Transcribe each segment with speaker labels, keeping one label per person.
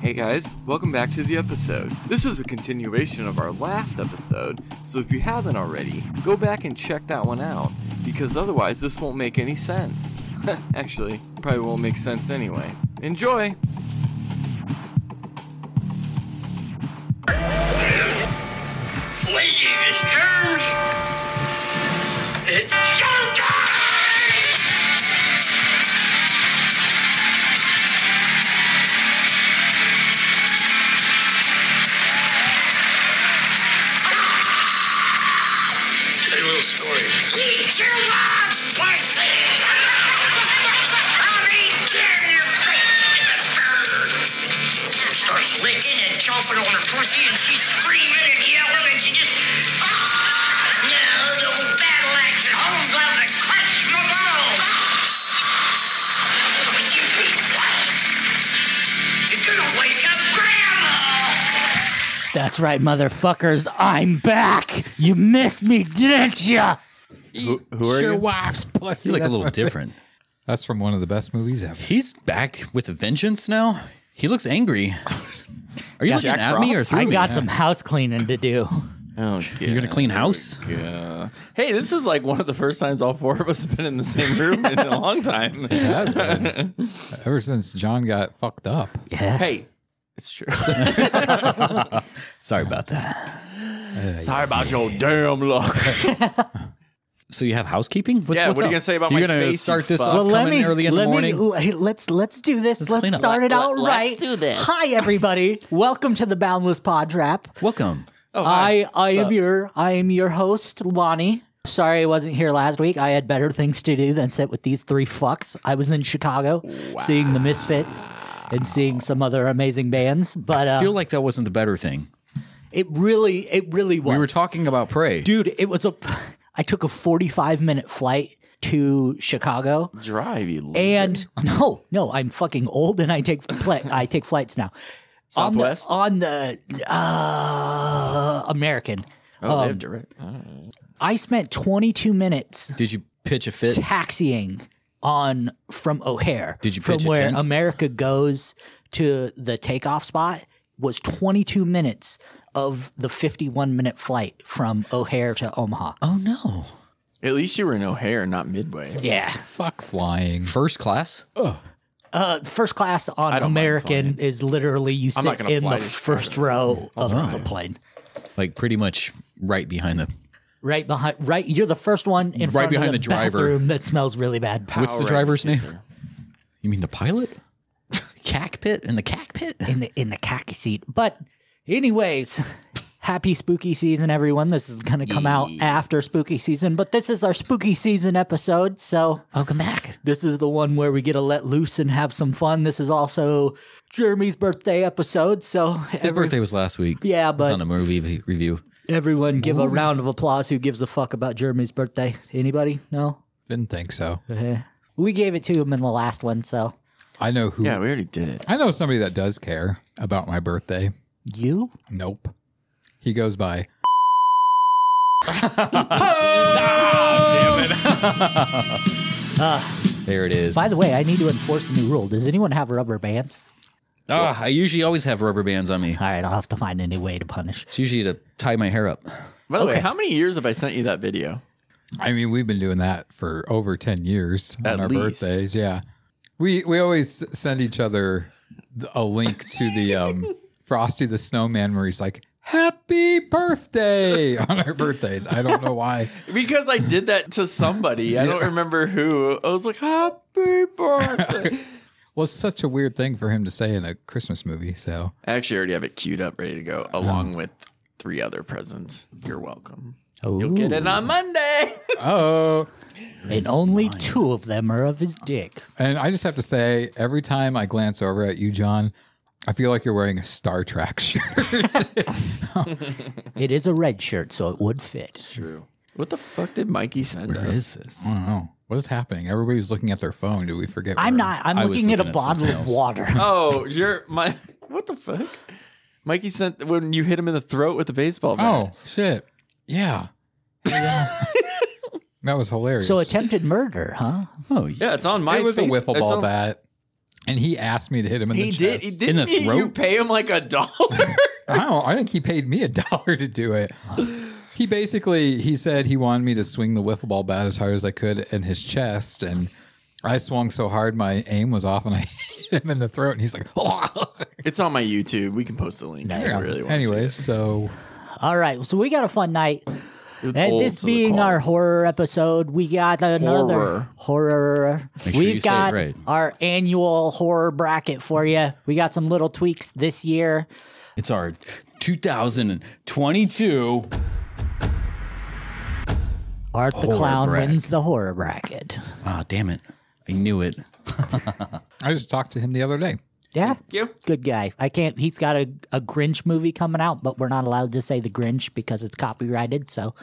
Speaker 1: Hey guys, welcome back to the episode. This is a continuation of our last episode, so if you haven't already, go back and check that one out, because otherwise this won't make any sense. Actually, probably won't make sense anyway. Enjoy!
Speaker 2: Ladies and germs, it's showtime! Tell you a little story. Eat your mom's pussy! I'll eat your face! Starts licking and chomping on her pussy, and she's screaming and yelling, and she just. Ah! Now, the old battle action Holmes out to crush my balls! Would you be what? You're gonna wake up Grandma!
Speaker 3: That's right, motherfuckers. I'm back. You missed me, didn't ya?
Speaker 4: Who, who are
Speaker 5: your
Speaker 4: you?
Speaker 5: wife's pussy.
Speaker 4: You look a
Speaker 5: That's
Speaker 4: little
Speaker 5: what-
Speaker 4: different.
Speaker 6: That's from one of the best movies ever.
Speaker 4: He's back with a vengeance now. He looks angry. Are you looking
Speaker 1: Jack
Speaker 4: at me or
Speaker 1: Frost?
Speaker 4: through
Speaker 3: I
Speaker 4: me?
Speaker 3: got some house cleaning to do.
Speaker 1: Oh,
Speaker 4: You're gonna clean house.
Speaker 7: Hey, this is like one of the first times all four of us have been in the same room in a long time.
Speaker 6: Has been. ever since John got fucked up.
Speaker 3: Yeah.
Speaker 7: Hey, it's true.
Speaker 4: Sorry about that.
Speaker 7: Sorry about your damn luck.
Speaker 4: So you have housekeeping? What's,
Speaker 7: Yeah,
Speaker 4: what's
Speaker 7: what are you
Speaker 4: up?
Speaker 7: gonna say about
Speaker 4: You're
Speaker 7: my
Speaker 4: gonna
Speaker 7: face, you
Speaker 4: Start this
Speaker 7: fuck?
Speaker 4: off
Speaker 3: well, let
Speaker 4: coming
Speaker 3: me.
Speaker 4: early in
Speaker 3: let
Speaker 4: the
Speaker 3: me.
Speaker 4: morning.
Speaker 3: l- hey, Let's let's do this. Let's,
Speaker 4: clean up.
Speaker 3: start it out
Speaker 7: let-
Speaker 3: right.
Speaker 7: let's do this.
Speaker 3: Hi, everybody. Welcome to the Boundless Pod Trap.
Speaker 4: Welcome.
Speaker 3: I I am your I am your host, Lonnie. Sorry I wasn't here last week. I had better things to do than sit with these three fucks. I was in Chicago seeing the Misfits and seeing some other amazing bands, but
Speaker 4: I
Speaker 3: uh,
Speaker 4: feel like that wasn't the better thing.
Speaker 3: it really it really was.
Speaker 4: We were talking about prey.
Speaker 3: dude it was a i took a 45 minute flight to chicago
Speaker 7: Drive you.
Speaker 3: and no no i'm fucking old and i take flight i take flights now
Speaker 7: Southwest?
Speaker 3: on the, on the uh, american
Speaker 7: oh,
Speaker 3: um,
Speaker 7: they have direct.
Speaker 3: i spent 22 minutes
Speaker 4: Did you pitch a fit?
Speaker 3: taxiing on from o'hare
Speaker 4: Did you
Speaker 3: from
Speaker 4: pitch a
Speaker 3: where
Speaker 4: tent?
Speaker 3: america goes to the takeoff spot was 22 minutes of the 51 minute flight from o'hare to omaha
Speaker 4: Oh no.
Speaker 7: At least you were in O'Hare, not Midway.
Speaker 3: yeah
Speaker 6: Fuck flying.
Speaker 4: First class.
Speaker 3: Uh, first class on
Speaker 7: don't mind
Speaker 3: American is literally you
Speaker 7: I'm not
Speaker 3: sit
Speaker 7: gonna
Speaker 3: in
Speaker 7: fly
Speaker 3: the
Speaker 7: to Chicago.
Speaker 3: first row of the plane,
Speaker 4: Like pretty much right behind the.
Speaker 3: right behind. Right, you're the first one in
Speaker 4: Right
Speaker 3: front
Speaker 4: behind
Speaker 3: of the,
Speaker 4: the driver.
Speaker 3: bathroom that smells really bad.
Speaker 4: What's the driver's name? You mean the pilot? Cockpit and the cockpit.
Speaker 3: in the in the khaki seat. But anyways, happy spooky season, everyone. This is gonna come out after spooky season, but this is our spooky season episode. So
Speaker 4: Welcome back.
Speaker 3: this is the one where we get to let loose and have some fun. This is also Jeremy's birthday episode. So
Speaker 4: His birthday was last week.
Speaker 3: Yeah,
Speaker 4: It's
Speaker 3: but
Speaker 4: on a movie v- review.
Speaker 3: Everyone give a round of applause who gives a fuck about Jeremy's birthday. Anybody? No? Eh.
Speaker 6: Didn't think so.
Speaker 3: We gave it to him in the last one, so.
Speaker 6: I know who.
Speaker 7: Yeah, we already did it.
Speaker 6: I know somebody that does care about my birthday.
Speaker 3: You?
Speaker 6: Nope. He goes by.
Speaker 4: There it is.
Speaker 3: By the way, I need to enforce a new rule. Does anyone have rubber bands?
Speaker 4: Ah, I usually always have rubber bands on me.
Speaker 3: All right, I'll have to find any way to punish.
Speaker 4: It's usually to tie my hair up.
Speaker 7: By the way, how many years have I sent you that video?
Speaker 6: I mean, we've been doing that for over 10 years
Speaker 7: At
Speaker 6: on our
Speaker 7: least.
Speaker 6: birthdays. Yeah. We we always send each other th- a link to the um, Frosty the Snowman where he's like, Happy birthday on our birthdays. I don't know why.
Speaker 7: Because I did that to somebody. I don't remember who. I was like, happy birthday.
Speaker 6: Well, it's such a weird thing for him to say in a Christmas movie. So
Speaker 7: I actually already have it queued up, ready to go, along with three other presents. You're welcome. You'll get it on Monday.
Speaker 6: Oh,
Speaker 3: And only two of them are of his dick.
Speaker 6: and I just have to say, every time I glance over at you, John, I feel like you're wearing a Star Trek shirt.
Speaker 3: It is a red shirt, so it would fit.
Speaker 7: True. What the fuck did Mikey send us?
Speaker 4: this?
Speaker 6: I don't know what is happening. Everybody's looking at their phone. Do we forget?
Speaker 3: I'm
Speaker 6: we're-
Speaker 3: not. I'm
Speaker 4: I was
Speaker 3: looking at a
Speaker 4: looking at
Speaker 3: bottle
Speaker 4: something
Speaker 3: of
Speaker 4: else.
Speaker 3: water.
Speaker 7: Oh, you're my. What the fuck? Mikey sent when you hit him in the throat with the baseball bat.
Speaker 6: Oh shit! Yeah, that was hilarious.
Speaker 3: So attempted murder, huh?
Speaker 4: Oh, yeah.
Speaker 7: yeah, it's on my.
Speaker 6: it was a
Speaker 7: face-
Speaker 6: wiffle
Speaker 7: it's
Speaker 6: ball
Speaker 7: on-
Speaker 6: bat. and he asked me to hit him in
Speaker 7: He
Speaker 6: the
Speaker 7: did.
Speaker 6: chest.
Speaker 7: He
Speaker 4: In
Speaker 7: didn't.
Speaker 4: the
Speaker 7: he- you
Speaker 4: throat?
Speaker 7: pay him like a dollar.
Speaker 6: I don't. I think he paid me a dollar to do it. He basically he said he wanted me to swing the wiffle ball bat as hard as I could in his chest, and I swung so hard my aim was off, and I hit him in the throat, and he's like,
Speaker 7: it's on my YouTube. We can post the link. if you really want
Speaker 6: Anyway, so
Speaker 3: All right, so we got a fun night.
Speaker 7: It's
Speaker 3: And
Speaker 7: old,
Speaker 3: this
Speaker 7: so the
Speaker 3: being our
Speaker 7: quality-
Speaker 3: horror episode, we got another horror.
Speaker 4: Make sure
Speaker 3: We've
Speaker 4: you say it
Speaker 3: got
Speaker 4: right.
Speaker 3: our annual horror bracket for you. We got some little tweaks this year.
Speaker 4: It's our 2022.
Speaker 3: Art the
Speaker 4: Horror
Speaker 3: Clown
Speaker 4: bracket.
Speaker 3: wins the horror bracket.
Speaker 4: Ah, damn it. I knew it.
Speaker 6: I just talked to him the other day.
Speaker 3: Yeah.
Speaker 7: you.
Speaker 3: Good guy. I can't. He's got a, a Grinch movie coming out, but we're not allowed to say the Grinch because it's copyrighted. So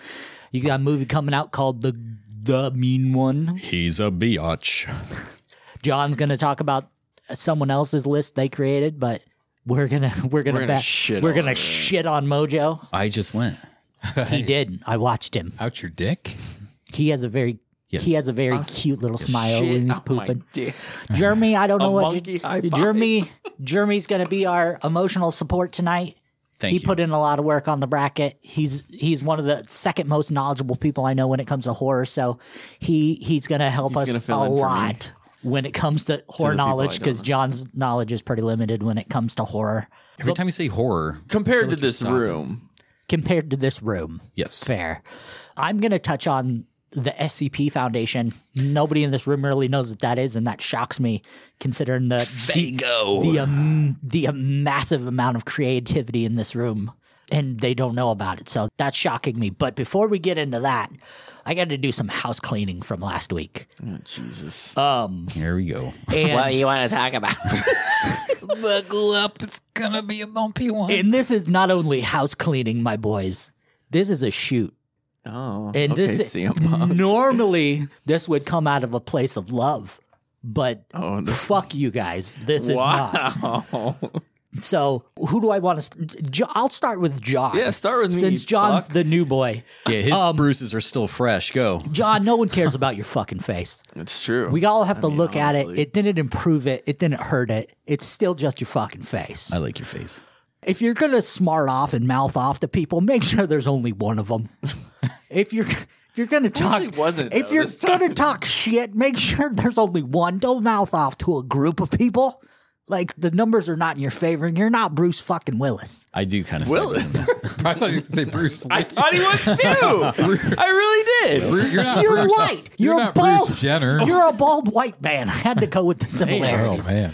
Speaker 3: you got a movie coming out called the the Mean One.
Speaker 4: He's a biatch.
Speaker 3: John's gonna talk about someone else's list they created, but we're gonna we're gonna,
Speaker 7: gonna
Speaker 3: bet-
Speaker 7: shit
Speaker 3: we're
Speaker 7: on
Speaker 3: gonna
Speaker 7: it.
Speaker 3: shit on Mojo.
Speaker 4: I just went.
Speaker 3: He did. I watched him.
Speaker 6: Out your dick.
Speaker 3: He has a very
Speaker 4: Yes.
Speaker 3: he has a very cute little smile
Speaker 7: Shit
Speaker 3: when he's
Speaker 7: on my
Speaker 3: pooping.
Speaker 7: dick.
Speaker 3: Jeremy, I don't know what
Speaker 7: monkey high five.
Speaker 3: Jeremy Jeremy's gonna be our emotional support tonight.
Speaker 4: Thank
Speaker 3: he
Speaker 4: you.
Speaker 3: put in a lot of work on the bracket. He's he's one of the second most knowledgeable people I know when it comes to horror. So he he's gonna help us
Speaker 7: gonna fill
Speaker 3: a
Speaker 7: in for me.
Speaker 3: lot when it comes to horror
Speaker 7: people I
Speaker 3: knowledge
Speaker 7: don't
Speaker 3: because
Speaker 7: know.
Speaker 3: John's knowledge is pretty limited when it comes to horror
Speaker 4: Every time you say horror,
Speaker 7: Compared to
Speaker 4: like
Speaker 7: this
Speaker 4: you're stopping.
Speaker 7: room,
Speaker 3: compared to this room.
Speaker 4: yes.
Speaker 3: Fair. I'm gonna touch on the SCP Foundation. Nobody in this room really knows what that is, and that shocks me considering the
Speaker 4: Vago.
Speaker 3: the um, the um, massive amount of creativity in this room and they don't know about it so that's shocking me but before we get into that i got to do some house cleaning from last week jesus um
Speaker 4: Here we go.
Speaker 3: and,
Speaker 7: Oh, you want to talk about?
Speaker 6: Buckle up. It's gonna be a bumpy one.
Speaker 3: and this is not only house cleaning my boys this is a shoot
Speaker 7: Oh,
Speaker 3: and
Speaker 7: okay,
Speaker 3: this
Speaker 7: CM Punk.
Speaker 3: normally this would come out of a place of love but
Speaker 7: Oh, this
Speaker 3: fuck you guys this is not
Speaker 7: wow.
Speaker 3: so who do i want to st- Jo- i'll start with john
Speaker 7: Yeah, start with me,
Speaker 3: since john's
Speaker 7: fuck.
Speaker 3: the new boy
Speaker 4: Yeah, his
Speaker 3: Um,
Speaker 4: bruises are still fresh. Go.
Speaker 3: John, no one cares about your fucking face.
Speaker 7: It's true.
Speaker 3: We all have to look at it.
Speaker 7: honestly.
Speaker 3: It didn't improve it. It didn't hurt it. It's still just your fucking face.
Speaker 4: I like your face.
Speaker 3: If you're gonna smart off and mouth off to people, make sure there's only one of them. if you're if you're gonna talk,
Speaker 7: actually wasn't,
Speaker 3: If
Speaker 7: though,
Speaker 3: you're
Speaker 7: this time.
Speaker 3: gonna talk shit, make sure there's only one. Don't mouth off to a group of people. Like the numbers are not in your favor, and you're not Bruce fucking Willis.
Speaker 4: I do kind of
Speaker 7: Will
Speaker 6: I thought you could say Bruce Lee.
Speaker 7: I thought he was too. I really did.
Speaker 6: Bru- you're not
Speaker 3: You're
Speaker 6: Bruce-
Speaker 3: white. You're,
Speaker 6: not
Speaker 3: bald.
Speaker 6: Bruce Jenner.
Speaker 3: You're a bald white man. I had to go with the
Speaker 6: oh
Speaker 3: similarities.
Speaker 6: man.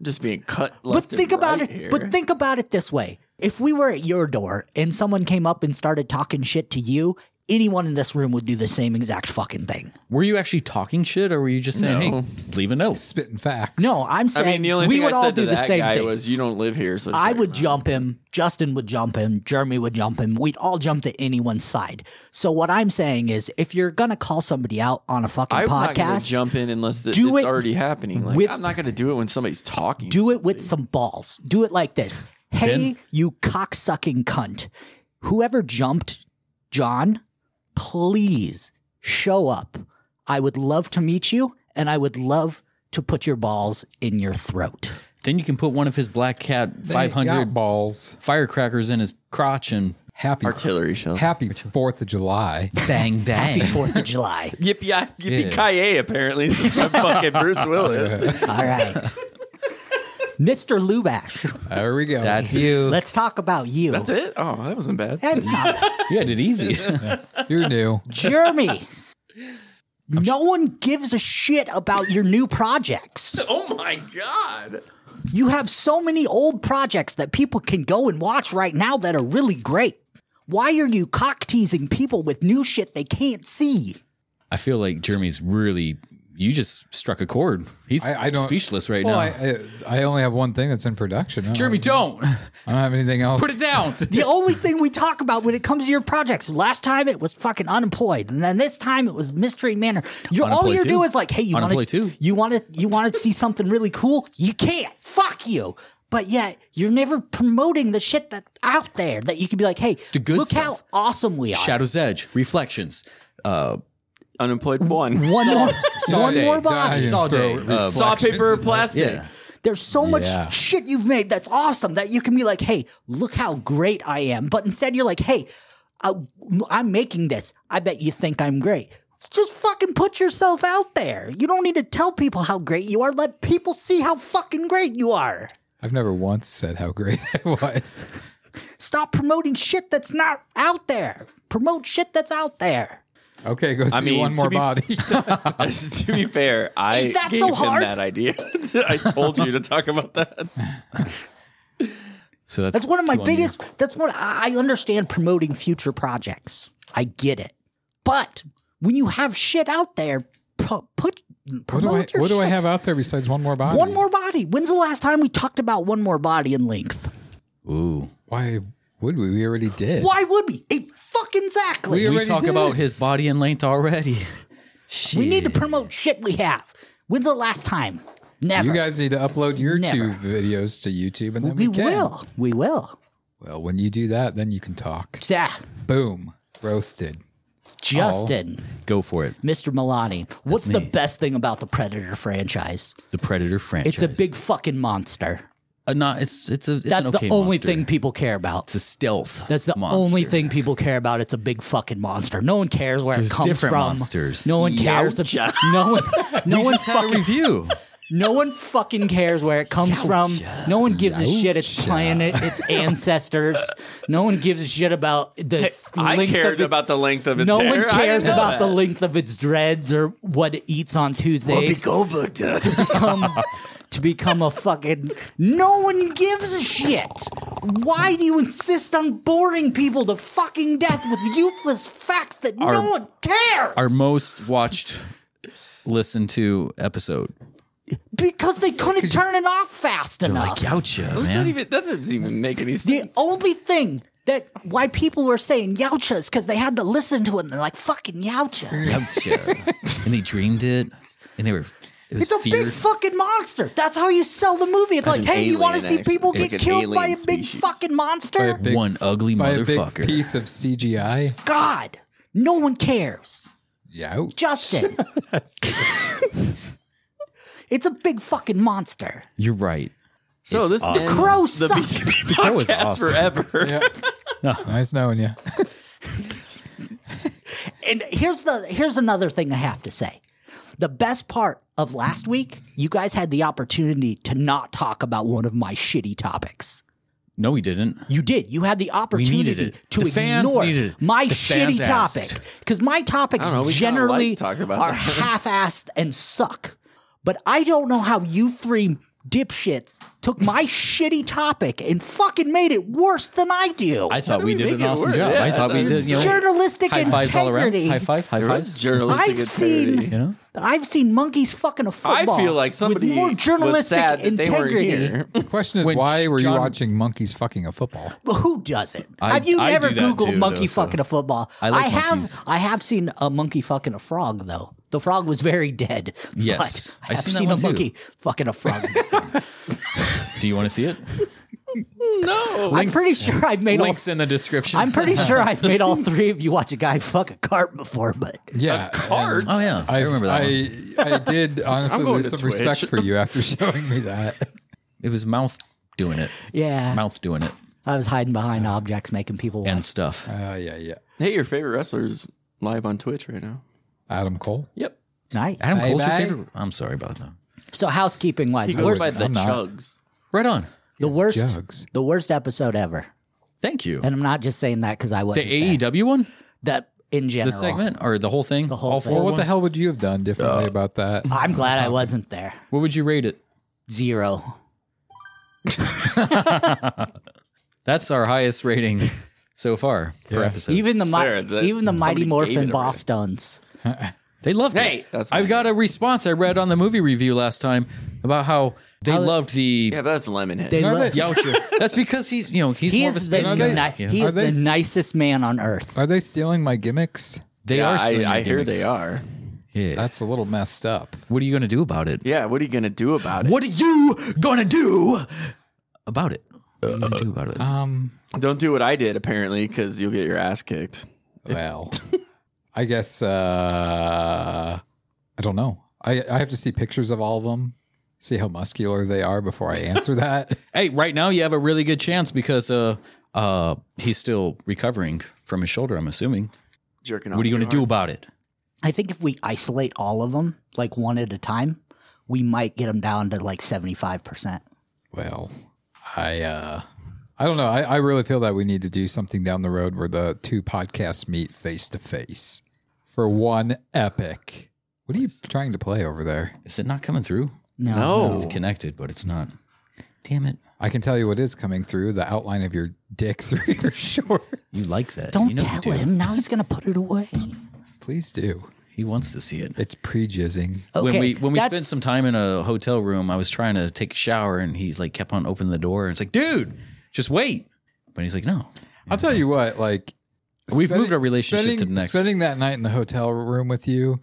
Speaker 7: Just being cut.
Speaker 3: but
Speaker 7: Left
Speaker 3: think
Speaker 7: and
Speaker 3: about
Speaker 7: right
Speaker 3: it.
Speaker 7: Here.
Speaker 3: But think about it this way: if we were at your door and someone came up and started talking shit to you, anyone in this room would do the same exact fucking thing.
Speaker 4: Were you actually talking shit or were you just saying,
Speaker 7: No.
Speaker 4: hey, leave a note?
Speaker 6: Spitting facts.
Speaker 3: No, I'm
Speaker 7: I
Speaker 3: saying
Speaker 7: mean, the only
Speaker 3: we
Speaker 7: thing
Speaker 3: would
Speaker 7: I
Speaker 3: all
Speaker 7: said
Speaker 3: do
Speaker 7: to
Speaker 3: the
Speaker 7: that
Speaker 3: same
Speaker 7: guy
Speaker 3: thing.
Speaker 7: was, "You don't live here." So
Speaker 3: I
Speaker 7: shut
Speaker 3: would
Speaker 7: your mouth."
Speaker 3: jump him. Justin would jump him. Jeremy would jump him. We'd all jump to anyone's side. So what I'm saying is, if you're gonna call somebody out on a fucking
Speaker 7: I'm not gonna
Speaker 3: podcast,
Speaker 7: jump in unless the,
Speaker 3: Do
Speaker 7: it's
Speaker 3: it
Speaker 7: already happening. Like,
Speaker 3: with-
Speaker 7: I'm not gonna do it when somebody's talking.
Speaker 3: do it with some balls. Do it like this. Hey, you cocksucking cunt. Whoever jumped John, please show up. I would love to meet you and I would love to put your balls in your throat.
Speaker 4: Then you can put one of his Black Cat
Speaker 6: They ain't
Speaker 4: 500
Speaker 6: got balls.
Speaker 4: firecrackers in his crotch and
Speaker 6: Happy
Speaker 7: artillery shell.
Speaker 6: Happy Fourth of July.
Speaker 4: bang,
Speaker 3: Happy
Speaker 4: bang.
Speaker 3: 4th of July.
Speaker 7: Yippee yippee ki Apparently, since I'm fucking Bruce Willis.
Speaker 3: All right. Mr. Lubash,
Speaker 6: There we go.
Speaker 4: That's you.
Speaker 3: let's talk about you.
Speaker 7: That's it. Oh, that wasn't bad.
Speaker 3: That's not bad.
Speaker 4: You had it easy.
Speaker 6: You're new.
Speaker 3: Jeremy. No one gives a shit about your new projects.
Speaker 7: Oh my god.
Speaker 3: You have so many old projects that people can go and watch right now that are really great. Why are you cock teasing people with new shit they can't see?
Speaker 4: I feel like Jeremy's really. You just struck a chord. He's
Speaker 6: I, I don't
Speaker 4: speechless right
Speaker 6: well,
Speaker 4: now.
Speaker 6: I, I, I only have one thing that's in production. I don't-
Speaker 4: Jeremy, don't
Speaker 6: I don't have anything else.
Speaker 4: put it down.
Speaker 3: The only thing we talk about when it comes to your projects, last time it was fucking unemployed, and then this time it was mystery manor. You're, all
Speaker 4: Unemployed
Speaker 3: you're
Speaker 4: too.
Speaker 3: doing is like, hey, you want
Speaker 4: Unemployed
Speaker 3: to
Speaker 4: too.
Speaker 3: you want to you want to see something really cool? You can't. Fuck you. But yet you're never promoting the shit that's out there that you can be like, hey,
Speaker 4: The good
Speaker 3: look how
Speaker 4: stuff.
Speaker 3: awesome we are.
Speaker 4: Shadow's Edge, Reflections, uh,
Speaker 7: Unemployed one.
Speaker 3: one more,
Speaker 4: Saw
Speaker 3: one
Speaker 4: Day.
Speaker 3: more body.
Speaker 6: Die.
Speaker 4: Saw Day,
Speaker 6: Throw
Speaker 4: uh,
Speaker 7: Saw
Speaker 6: Reflections
Speaker 7: paper
Speaker 6: and-
Speaker 7: plastic.
Speaker 4: yeah,
Speaker 3: There's so
Speaker 6: Yeah.
Speaker 3: much shit you've made that's awesome that you can be like, hey, look how great I am. But instead, you're like, hey, I, I'm making this. I bet you think I'm great. Just fucking put yourself out there. You don't need to tell people how great you are. Let people see how fucking great you are.
Speaker 6: I've never once said how great I was.
Speaker 3: Stop promoting shit that's not out there. Promote shit that's out there.
Speaker 6: Okay, go see
Speaker 7: mean,
Speaker 6: one
Speaker 7: to
Speaker 6: more
Speaker 7: be-
Speaker 6: body.
Speaker 7: to be fair, I
Speaker 3: Is that
Speaker 7: gave
Speaker 3: so
Speaker 7: him
Speaker 3: hard?
Speaker 7: that idea. I told you to talk about that.
Speaker 4: So that's
Speaker 3: That's one of my
Speaker 4: two on you.
Speaker 3: biggest. That's what I I understand promoting future projects. I get it, but when you have shit out there, pu- put
Speaker 6: what do
Speaker 3: promote
Speaker 6: I
Speaker 3: your
Speaker 6: what do I
Speaker 3: shit.
Speaker 6: have out there besides one more body?
Speaker 3: One more body. When's the last time we talked about one more body in length?
Speaker 4: Ooh.
Speaker 6: Why would we? We already did.
Speaker 3: Why would we? It fucking exactly.
Speaker 6: We
Speaker 4: We
Speaker 6: already
Speaker 4: talk
Speaker 6: did.
Speaker 4: about his body and length already.
Speaker 3: We need to
Speaker 4: Shit.
Speaker 3: promote shit we have. When's the last time? Never.
Speaker 6: You guys need to upload your
Speaker 3: Never.
Speaker 6: two videos to YouTube, and then
Speaker 3: we
Speaker 6: we, can.
Speaker 3: will. We will.
Speaker 6: Well, when you do that, then you can talk.
Speaker 3: Yeah.
Speaker 6: Boom, roasted.
Speaker 3: Justin,
Speaker 4: Oh, go for it.
Speaker 3: Mr. Milani, what's the
Speaker 4: me.
Speaker 3: best thing about the Predator franchise?
Speaker 4: The Predator franchise.
Speaker 3: It's a big fucking monster.
Speaker 4: Uh, no, it's it's a. It's
Speaker 3: That's
Speaker 4: an okay
Speaker 3: the only
Speaker 4: monster.
Speaker 3: thing people care about.
Speaker 4: It's a stealth.
Speaker 3: That's the
Speaker 4: monster.
Speaker 3: only thing people care about. It's a big fucking monster. No one cares where
Speaker 4: There's
Speaker 3: it comes
Speaker 4: different
Speaker 3: from.
Speaker 4: monsters.
Speaker 3: No one cares. ab- no one. No one
Speaker 4: Just had a
Speaker 3: fucking.
Speaker 4: review.
Speaker 3: No one fucking cares where it comes from. No one gives a shit. Its planet, its ancestors. No one gives a shit about the
Speaker 7: I
Speaker 3: length
Speaker 7: cared
Speaker 3: of its,
Speaker 7: about the length of its
Speaker 3: No
Speaker 7: hair.
Speaker 3: one
Speaker 7: I
Speaker 3: cares
Speaker 7: know
Speaker 3: about the
Speaker 7: that.
Speaker 3: length of its dreads or what it eats on Tuesdays.
Speaker 7: Goldberg does.
Speaker 3: become to become a fucking no one gives a shit why do you insist on boring people to fucking death with useless facts that no one cares
Speaker 4: Our most watched, listened to episode.
Speaker 3: because they couldn't turn it off fast enough
Speaker 4: Goucha,
Speaker 7: Those don't even, that doesn't even make any sense.
Speaker 3: the only thing that why people were saying Yaucha is because they had to listen to it and they're like fucking Yaucha
Speaker 4: Goucha. and they dreamed it, and they were. It was
Speaker 3: it's a
Speaker 4: feared.
Speaker 3: big fucking monster. That's how you sell the movie. It's like,
Speaker 7: an
Speaker 3: hey, you want to
Speaker 7: alien,
Speaker 3: see people
Speaker 7: actually.
Speaker 3: get
Speaker 7: It's like an
Speaker 3: killed by a
Speaker 7: alien
Speaker 3: big
Speaker 7: species.
Speaker 3: fucking monster?
Speaker 6: By a big,
Speaker 4: one ugly
Speaker 6: by a big
Speaker 4: motherfucker.
Speaker 6: piece of CGI.
Speaker 3: God, no one cares.
Speaker 6: Youch.
Speaker 3: Justin. it's a big fucking monster.
Speaker 4: You're right.
Speaker 7: so this ends
Speaker 3: Crow
Speaker 7: the
Speaker 3: sucked.
Speaker 7: BTB
Speaker 4: Crow was
Speaker 7: podcast
Speaker 4: awesome.
Speaker 7: forever.
Speaker 6: Yeah. Nice knowing you.
Speaker 3: And here's the here's another thing I have to say. The best part of last week, you guys had the opportunity to not talk about one of my shitty topics.
Speaker 4: No, we didn't.
Speaker 3: You did. You had the
Speaker 4: needed
Speaker 3: opportunity
Speaker 4: it.
Speaker 3: to
Speaker 4: The fans
Speaker 3: ignore
Speaker 4: needed it.
Speaker 3: my
Speaker 4: The fans
Speaker 3: shitty topic
Speaker 4: asked.
Speaker 3: because my topics
Speaker 7: I don't know, we kinda
Speaker 3: generally
Speaker 7: like talking about
Speaker 3: are
Speaker 7: that.
Speaker 3: half-assed and suck. But I don't know how you three dipshits took my shitty topic and fucking made it worse than I do.
Speaker 4: I thought we,
Speaker 7: we
Speaker 4: did
Speaker 7: make
Speaker 4: an
Speaker 7: it
Speaker 4: awesome
Speaker 7: work?
Speaker 4: job.
Speaker 7: Yeah,
Speaker 4: I thought we
Speaker 7: that
Speaker 4: did. You know,
Speaker 3: Journalistic
Speaker 4: high fives all around.
Speaker 3: integrity.
Speaker 4: High five. High
Speaker 7: There was
Speaker 4: fives.
Speaker 7: journalistic
Speaker 3: I've
Speaker 7: integrity.
Speaker 3: seen,
Speaker 4: know?
Speaker 3: I've seen monkeys fucking a
Speaker 7: I
Speaker 3: football.
Speaker 7: feel like
Speaker 3: with
Speaker 7: somebody
Speaker 3: more journalistic
Speaker 7: was sad that they weren't
Speaker 3: integrity.
Speaker 7: here.
Speaker 6: The question is,
Speaker 4: When
Speaker 6: why were
Speaker 4: John-
Speaker 6: you watching monkeys fucking a football?
Speaker 3: But who doesn't?
Speaker 4: I-
Speaker 3: have you
Speaker 4: I
Speaker 3: never
Speaker 4: do that
Speaker 3: Googled
Speaker 4: too,
Speaker 3: monkey
Speaker 4: though, so-
Speaker 3: fucking a football?
Speaker 4: I like
Speaker 3: have.
Speaker 4: monkeys.
Speaker 3: I have seen a monkey fucking a frog though. The frog was very dead.
Speaker 4: Yes.
Speaker 3: but I
Speaker 4: I've
Speaker 3: have
Speaker 4: seen that
Speaker 3: seen, a
Speaker 4: one, too.
Speaker 3: monkey fucking a frog.
Speaker 4: Do you want to see it?
Speaker 3: I'm pretty sure I've made all.
Speaker 4: Links in the description.
Speaker 3: I'm pretty sure I've made all three of you watch a guy fuck a cart before, but
Speaker 6: Yeah,
Speaker 7: cart?
Speaker 6: and
Speaker 4: Oh yeah, I, remember that. one.
Speaker 6: I I did honestly
Speaker 7: I'm going
Speaker 6: lose
Speaker 7: to
Speaker 6: some respect
Speaker 7: Twitch.
Speaker 6: for you after showing me that.
Speaker 4: It was mouth doing it.
Speaker 3: yeah,
Speaker 4: Mouth doing it
Speaker 3: I was hiding behind objects, making people.
Speaker 4: and
Speaker 3: watch.
Speaker 4: stuff.
Speaker 6: Uh, yeah, yeah.
Speaker 7: Hey, your favorite wrestler's live on Twitch right now.
Speaker 6: Adam Cole.
Speaker 7: Yep.
Speaker 3: Nice.
Speaker 4: Adam Cole's your
Speaker 6: Bye-bye.
Speaker 4: favorite. I'm sorry about that.
Speaker 3: So housekeeping wise,
Speaker 7: He
Speaker 3: the
Speaker 7: goes
Speaker 3: worst,
Speaker 7: by the
Speaker 6: I'm not.
Speaker 7: Chugs.
Speaker 4: Right on.
Speaker 3: the worst,
Speaker 6: Jugs.
Speaker 3: the worst episode ever.
Speaker 4: Thank you.
Speaker 3: And I'm not just saying that because I
Speaker 4: the
Speaker 3: wasn't there.
Speaker 4: AEW one,
Speaker 3: That in general,
Speaker 4: the segment or the whole thing, the
Speaker 3: whole
Speaker 4: all
Speaker 3: thing.
Speaker 4: four.
Speaker 6: Well, what
Speaker 4: one? Uh,
Speaker 6: the hell would you have done differently about that?
Speaker 3: I'm glad I wasn't there.
Speaker 4: What would you rate it?
Speaker 3: Zero.
Speaker 4: That's our highest rating so far per
Speaker 6: Yeah.
Speaker 4: episode.
Speaker 3: Even the mi-
Speaker 7: Fair, that-
Speaker 3: even the Mighty
Speaker 7: somebody gave
Speaker 3: Morphin
Speaker 7: it a
Speaker 3: Boss
Speaker 7: rating.
Speaker 3: Stones.
Speaker 4: they loved
Speaker 7: Hey,
Speaker 4: it.
Speaker 7: that's
Speaker 4: I've
Speaker 7: mine.
Speaker 4: got a response I read on the movie review last time about how they loved the
Speaker 7: Yeah, that's Lemonhead.
Speaker 3: They
Speaker 6: Are
Speaker 3: look-
Speaker 6: they-
Speaker 4: Goucher. That's because he's you know he's
Speaker 3: he
Speaker 4: more of a
Speaker 3: is the,
Speaker 4: space
Speaker 6: they-
Speaker 4: guy.
Speaker 3: ni-
Speaker 4: Yeah.
Speaker 3: he
Speaker 6: Are
Speaker 3: is
Speaker 6: they
Speaker 3: the
Speaker 6: s-
Speaker 3: nicest man on earth.
Speaker 6: Are they stealing my gimmicks?
Speaker 4: They
Speaker 7: Yeah,
Speaker 4: are.
Speaker 7: I,
Speaker 4: Still
Speaker 7: I hear they are.
Speaker 4: Yeah.
Speaker 6: That's a little messed up.
Speaker 4: what are you gonna do about it?
Speaker 7: Yeah, what are you gonna do about it?
Speaker 4: What are you gonna do about it? What are you gonna do about it?
Speaker 6: Um,
Speaker 7: Don't do what I did apparently, because you'll get your ass kicked.
Speaker 6: well, I guess uh, I don't know. I I have to see pictures of all of them. see how muscular they are before I answer that.
Speaker 4: Hey, right now you have a really good chance because uh, uh, he's still recovering from his shoulder. I'm assuming.
Speaker 7: Jerking off.
Speaker 4: What are you going to
Speaker 7: too
Speaker 4: do about it?
Speaker 3: I think if we isolate all of them, like one at a time, we might get them down to like 75%.
Speaker 6: Well, I uh I don't know. I, I really feel that we need to do something down the road where the two podcasts meet face to face for one epic. What are you trying to play over there?
Speaker 4: Is it not coming through?
Speaker 3: No.
Speaker 4: It's connected, but it's not. Damn it!
Speaker 6: I can tell you what is coming through the outline of your dick through your shorts.
Speaker 4: You like that?
Speaker 3: Don't
Speaker 4: you know
Speaker 3: tell
Speaker 4: you do.
Speaker 3: him. Now he's going to put it away.
Speaker 6: Please do.
Speaker 4: He wants to see it.
Speaker 6: It's pre jizzing.
Speaker 4: when
Speaker 3: Okay,
Speaker 4: we when we
Speaker 3: that's-
Speaker 4: spent some time in a hotel room, I was trying to take a shower, and he's like kept on opening the door, and it's like, dude, just wait. But he's like, no,
Speaker 6: I'll tell you what, like
Speaker 4: We've moved our relationship to
Speaker 6: spending,
Speaker 4: the next-
Speaker 6: Spending that night in the hotel room with you,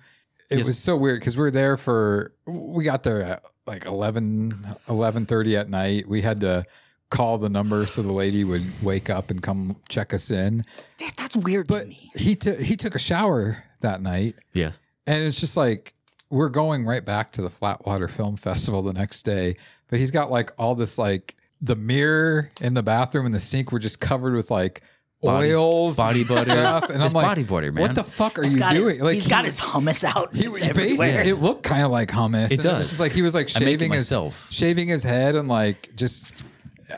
Speaker 6: it
Speaker 4: Yes.
Speaker 6: was so weird because we were there for we got there at like 11, 11.30 at night. We had to call the number so the lady would wake up and come check us in.
Speaker 3: That- that's weird to
Speaker 6: But
Speaker 3: me.
Speaker 6: he took he took a shower that night,
Speaker 4: yeah,
Speaker 6: and it's just like we're going right back to the Flatwater Film Festival the next day. But he's got like all this like the mirror in the bathroom and the sink were just covered with like
Speaker 4: Body-
Speaker 6: oils,
Speaker 4: body butter.
Speaker 6: stuff. and I'm
Speaker 4: It's
Speaker 6: like,
Speaker 4: body butter, man.
Speaker 6: What the fuck are
Speaker 3: He's
Speaker 6: you
Speaker 3: got
Speaker 6: doing?
Speaker 3: his, he's got his hummus out.
Speaker 6: He,
Speaker 3: It's
Speaker 6: he basically,
Speaker 3: everywhere.
Speaker 6: it looked kind of like hummus.
Speaker 4: It
Speaker 6: and
Speaker 4: does.
Speaker 6: was just like he was like
Speaker 4: I make it
Speaker 6: shaving his
Speaker 4: myself.
Speaker 6: shaving his head and like just.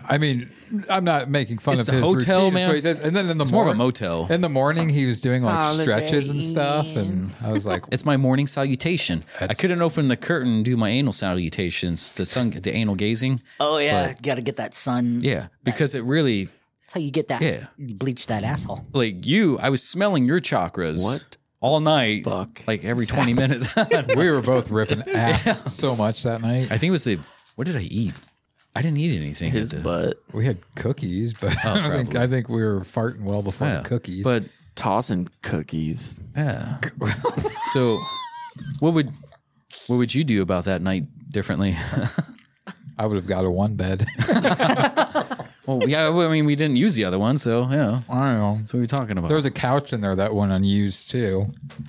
Speaker 6: I mean, I'm not making fun
Speaker 4: It's
Speaker 6: of
Speaker 4: the
Speaker 6: his
Speaker 4: hotel,
Speaker 6: routine. it's
Speaker 4: man.
Speaker 6: what he does. And then in the
Speaker 4: it's more of a
Speaker 6: morning-
Speaker 4: motel.
Speaker 6: in the morning, he was doing like stretches and stuff, and I was like,
Speaker 4: It's my morning salutation. I
Speaker 6: That's-
Speaker 4: couldn't open the curtain and do my anal salutations, the sun, the anal gazing.
Speaker 3: oh, yeah. Got to get that sun.
Speaker 4: Yeah, because it really
Speaker 3: That's how you get that.
Speaker 4: Yeah.
Speaker 3: You bleach that asshole.
Speaker 4: like you. I was smelling your chakras
Speaker 7: What
Speaker 4: all night,
Speaker 7: fuck
Speaker 4: like every twenty minutes. I
Speaker 6: we were both ripping ass so much that night.
Speaker 4: think it was the what did I eat? I didn't eat anything.
Speaker 7: his
Speaker 4: at the-
Speaker 7: butt?
Speaker 6: We had cookies, but I don't think I think we were farting well before
Speaker 4: Oh, Yeah,
Speaker 6: the cookies.
Speaker 4: but
Speaker 7: Tossing cookies.
Speaker 4: Yeah. so, what would what would you do about that night differently?
Speaker 6: I would have got a one bed.
Speaker 4: well, yeah, I mean, we didn't use the other one, so yeah.
Speaker 6: I don't know.
Speaker 4: That's what we're talking about.
Speaker 6: There was a couch in there that went unused too.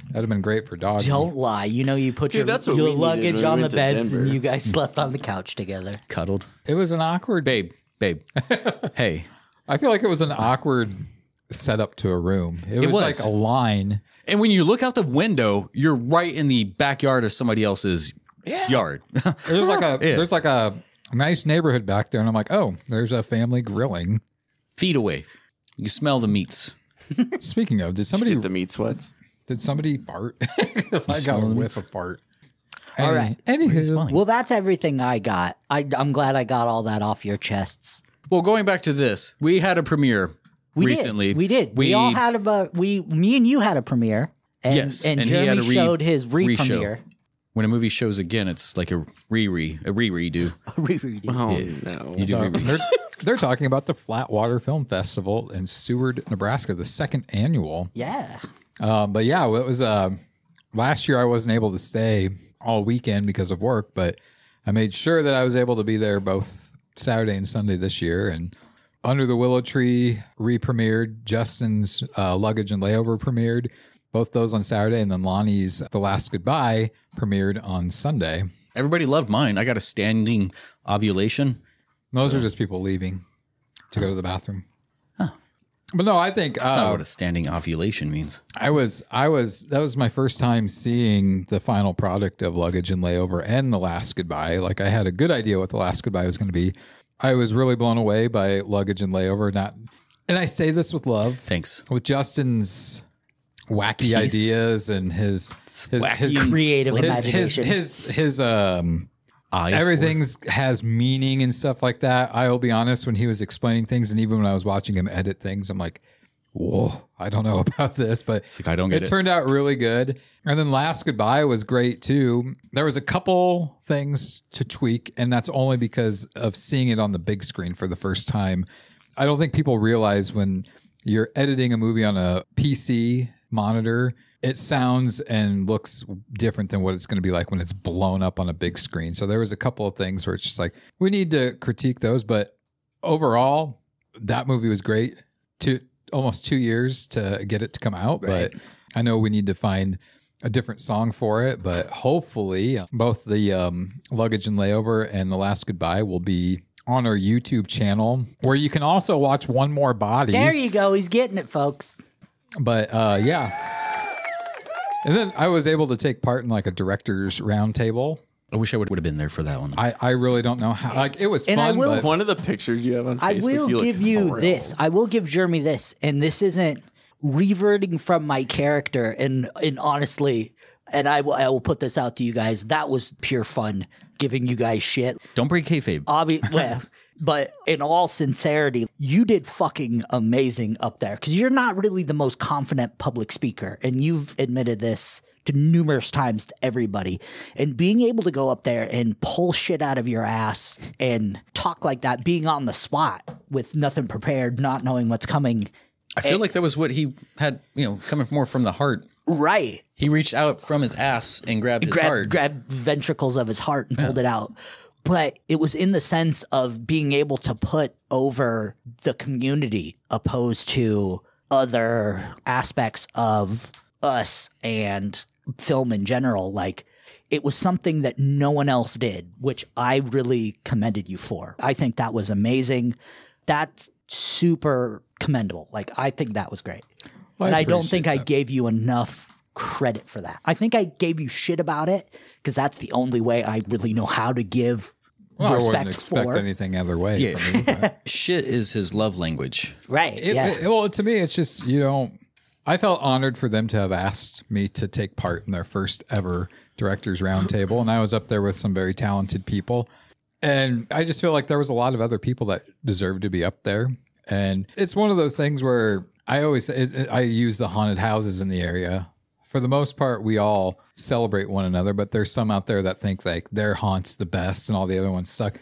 Speaker 6: That'd have been great for dog.
Speaker 3: Don't lie. You know you put your,
Speaker 7: that's what
Speaker 3: your
Speaker 7: we needed when
Speaker 3: luggage
Speaker 7: we
Speaker 3: on the
Speaker 7: went to
Speaker 3: beds and
Speaker 7: Denver.
Speaker 3: you guys slept on the couch together.
Speaker 4: cuddled,
Speaker 6: It was an awkward.
Speaker 4: babe, babe. hey,
Speaker 6: I feel like it was an awkward setup to a room. It, was,
Speaker 4: was.
Speaker 6: like a line.
Speaker 4: and when you look out the window, you're right in the backyard of somebody else's yard.
Speaker 6: There's like a there's like a nice neighborhood back there, and I'm like, oh, there's a family grilling.
Speaker 4: Feet away, you can smell the meats.
Speaker 6: Speaking of, did somebody
Speaker 7: Get the meat sweats.
Speaker 6: Did somebody fart? 'Cause I got a
Speaker 4: Someone-
Speaker 6: whiff of fart.
Speaker 3: All right.
Speaker 6: Anywho,
Speaker 4: smelling?
Speaker 3: Well, that's everything I got. I, I'm glad I got all that off your chests.
Speaker 4: Well, going back to this, we had a premiere
Speaker 3: We did.
Speaker 4: recently.
Speaker 3: We did. We, all had about we me and you had a premiere. And,
Speaker 4: Yes,
Speaker 3: and,
Speaker 4: and he had
Speaker 3: Jeremy
Speaker 4: a re-
Speaker 3: showed his re
Speaker 4: re-show.
Speaker 3: premiere.
Speaker 4: when a movie shows again, it's like a re-re, a re-redo.
Speaker 7: Oh no!
Speaker 4: You do
Speaker 6: Uh,
Speaker 4: re-re.
Speaker 6: they're, they're talking about the Flatwater Film Festival in Seward, Nebraska, the second annual.
Speaker 3: yeah.
Speaker 6: Um, but yeah, well, it was uh, last year I wasn't able to stay all weekend because of work, but I made sure that I was able to be there both Saturday and Sunday this year. And Under the Willow Tree re premiered, Justin's uh, Luggage and Layover premiered, both those on Saturday, and then Lonnie's The Last Goodbye premiered on Sunday.
Speaker 4: Everybody loved mine. I got a standing ovulation.
Speaker 6: Those are just people leaving to go to the bathroom. But no, I think
Speaker 4: That's not
Speaker 6: uh,
Speaker 4: what a standing ovulation means.
Speaker 6: I was I was that was my first time seeing the final product of luggage and layover and the last goodbye. Like I had a good idea what the last goodbye was going to be. I was really blown away by luggage and layover. Not, and I say this with love
Speaker 4: Thanks.
Speaker 6: with Justin's wacky ideas and his his
Speaker 4: wacky
Speaker 6: his,
Speaker 4: and
Speaker 3: Creative
Speaker 6: his, his
Speaker 3: imagination.
Speaker 6: his his um
Speaker 4: I
Speaker 6: everything's has meaning and stuff like that. I'll be honest, when he was explaining things, and even when I was watching him edit things, I'm like, "Whoa, I don't know about this," but
Speaker 4: It's like, I don't get
Speaker 6: it
Speaker 4: it.
Speaker 6: turned out really good. And then last goodbye was great too. There was a couple things to tweak, and that's only because of seeing it on the big screen for the first time. I don't think people realize when you're editing a movie on a PC monitor, it sounds and looks different than what it's going to be like when it's blown up on a big screen. So there was a couple of things where it's just like we need to critique those, but overall, that movie was great. Two almost two years to get it to come out, but I know we need to find a different song for it, but hopefully both the um, luggage and layover and the last goodbye will be on our YouTube channel where you can also watch one more body.
Speaker 3: There you go. He's getting it, folks.
Speaker 6: But uh, yeah. And then I was able to take part in like a director's roundtable.
Speaker 4: I wish I would have been there for that one.
Speaker 6: I, I really don't know how. Like it was
Speaker 3: And I
Speaker 6: fun,
Speaker 3: will-
Speaker 6: but
Speaker 7: One of the pictures you have on Facebook,
Speaker 3: I will
Speaker 7: you look
Speaker 3: give you
Speaker 7: thrilled.
Speaker 3: this. I will give Jeremy this, and this isn't reverting from my character. And and honestly, and I will I will put this out to you guys. That was pure fun giving you guys shit.
Speaker 4: Don't break kayfabe.
Speaker 3: Obvi- well, but in all sincerity, you did fucking amazing up there because you're not really the most confident public speaker, and you've admitted this to numerous times to everybody. And being able to go up there and pull shit out of your ass and talk like that, being on the spot with nothing prepared, not knowing what's coming,
Speaker 4: I feel like that was what he had, you know, coming more from the heart.
Speaker 3: right?
Speaker 4: He reached out from his ass and grabbed his heart.
Speaker 3: grabbed, grabbed ventricles of his heart and pulled it out. But it was in the sense of being able to put over the community opposed to other aspects of us and film in general. Like it was something that no one else did, which I really commended you for. I think that was amazing. That's super commendable. Like I think that was great and I don't think I gave you enough credit for that. I think I gave you shit about it because that's the only way I really know how to give
Speaker 6: Well, I wouldn't
Speaker 3: respect
Speaker 6: expect
Speaker 3: for.
Speaker 6: anything other way.
Speaker 4: Yeah.
Speaker 6: from you, but-
Speaker 4: Shit is his love language.
Speaker 3: right?
Speaker 6: It,
Speaker 3: yeah.
Speaker 6: it- well, to me, it's just you know, I felt honored for them to have asked me to take part in their first ever directors roundtable, and I was up there with some very talented people, and I just feel like there was a lot of other people that deserved to be up there, and it's one of those things where I always say- it, it- I use the haunted houses in the area. For the most part, we all celebrate one another, but there's some out there that think like their haunt's the best and all the other ones suck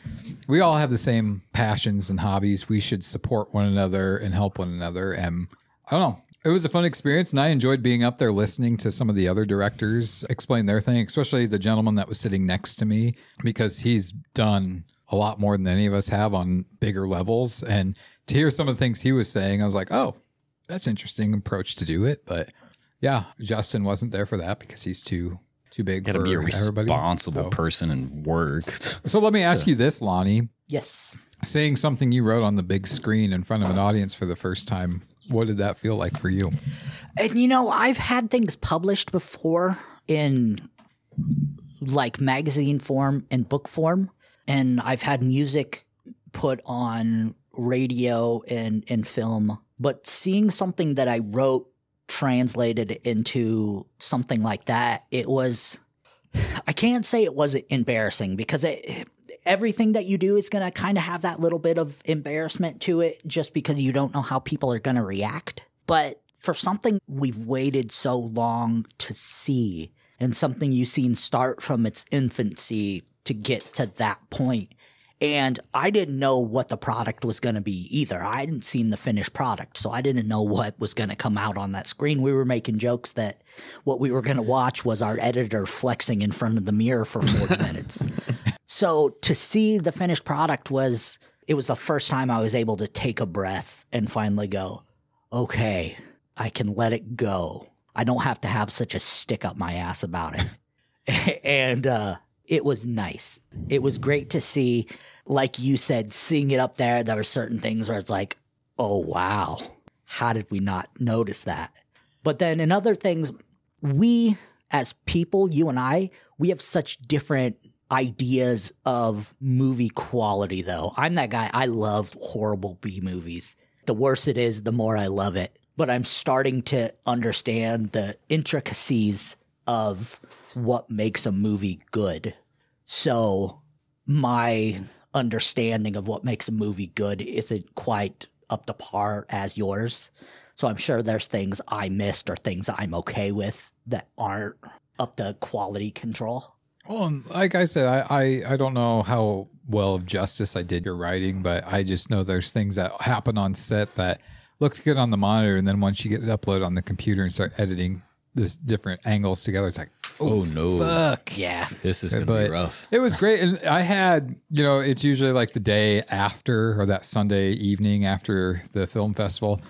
Speaker 6: we all have the same passions and hobbies. We should support one another and help one another. And I don't know. Oh, It was a fun experience, and I enjoyed being up there listening to some of the other directors explain their thing, especially the gentleman that was sitting next to me, because he's done a lot more than any of us have on bigger levels. And to hear some of the things he was saying, I was like, oh, that's an interesting approach to do it. But yeah, Justin wasn't there for that because he's too too big
Speaker 4: Got to
Speaker 6: for
Speaker 4: be a
Speaker 6: everybody.
Speaker 4: responsible
Speaker 6: So-
Speaker 4: person and work.
Speaker 6: So let me ask you this, Lonnie
Speaker 3: yes.
Speaker 6: seeing something you wrote on the big screen in front of an audience for the first time what did that feel like for you
Speaker 3: And you know, I've had things published before in like magazine form and book form, and I've had music put on radio and and film. But seeing something that I wrote translated into something like that, it was I can't say it wasn't embarrassing because it, everything that you do is going to kind of have that little bit of embarrassment to it just because you don't know how people are going to react. But for something we've waited so long to see and something you've seen start from its infancy to get to that point. And I didn't know what the product was going to be either. I hadn't seen the finished product, so I didn't know what was going to come out on that screen. We were making jokes that what we were going to watch was our editor flexing in front of the mirror for 40 minutes. So to see the finished product was it was the first time I was able to take a breath and finally go, okay, I can let it go. I don't have to have such a stick up my ass about it. and uh, it was nice. It was great to see, like you said, seeing it up there. There were certain things where it's like, oh, wow, how did we not notice that? But then in other things, we as people, you and I, we have such different ideas of movie quality though. I'm that guy. I love horrible B movies. The worse it is, the more I love it. But I'm starting to understand the intricacies of what makes a movie good. So my understanding of what makes a movie good isn't quite up to par as yours. So I'm sure there's things I missed or things I'm okay with that aren't up to quality control.
Speaker 6: well and like i said I, I i don't know how well of justice i did your writing but i just know there's things that happen on set that looked good on the monitor and then once you get it uploaded on the computer and start editing this different angles together it's like
Speaker 4: Oh, no.
Speaker 6: fuck
Speaker 3: Yeah.
Speaker 4: This is going to
Speaker 6: But-
Speaker 4: be rough.
Speaker 6: It was great. And I had, you know, it's usually like the day after or that Sunday evening after the film festival.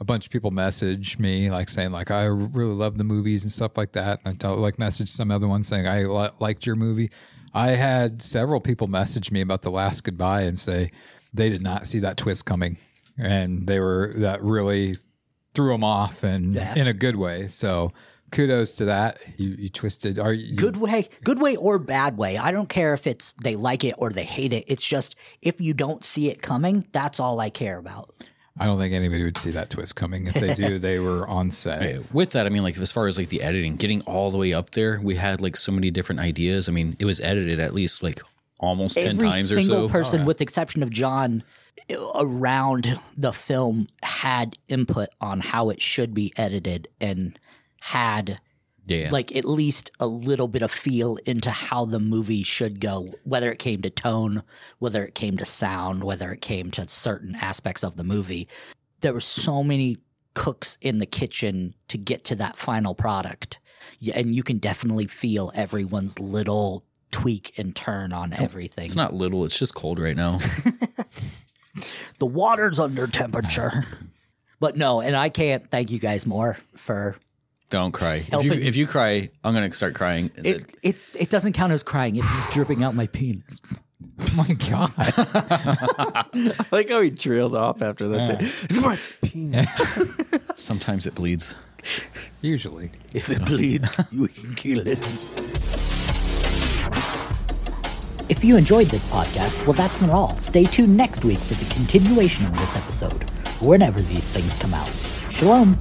Speaker 6: a bunch of people message me like saying like I really love the movies and stuff like that. And I tell, like message some other one saying I li- liked your movie. I had several people message me about the last goodbye and say they did not see that twist coming, and they were that really threw them off and in a good way. So kudos to that. You, you twisted. Are you
Speaker 3: good way good way or bad way i don't care if it's they like it or they hate it it's just if you don't see it coming that's all i care about
Speaker 6: I don't think anybody would see that twist coming. If they do, they were on set.
Speaker 4: With that, I mean, like as far as like the editing, getting all the way up there, we had like so many different ideas. I mean, it was edited at least like almost ten
Speaker 3: every
Speaker 4: times or
Speaker 3: single
Speaker 4: so. Oh,
Speaker 3: person with the exception of john around the film had input on how it should be edited and had
Speaker 4: yeah,
Speaker 3: like at least a little bit of feel into how the movie should go, whether it came to tone, whether it came to sound, whether it came to certain aspects of the movie. There were so many cooks in the kitchen to get to that final product. Yeah, And you can definitely feel everyone's little tweak and turn on everything.
Speaker 4: it's not little. It's just cold right now.
Speaker 3: the water's under temperature. But no, and I can't thank you guys more for
Speaker 4: don't cry. If you
Speaker 3: Helping.
Speaker 4: if you cry, I'm gonna start crying.
Speaker 3: it. It, it doesn't count as crying. It's dripping out my penis.
Speaker 6: Oh my god!
Speaker 7: I like how he trailed off after that. day. It's my penis.
Speaker 4: Sometimes it bleeds.
Speaker 6: Usually,
Speaker 3: If it bleeds, you can kill it. If you enjoyed this podcast, well, that's not all. Stay tuned next week for the continuation of this episode, whenever these things come out. Shalom.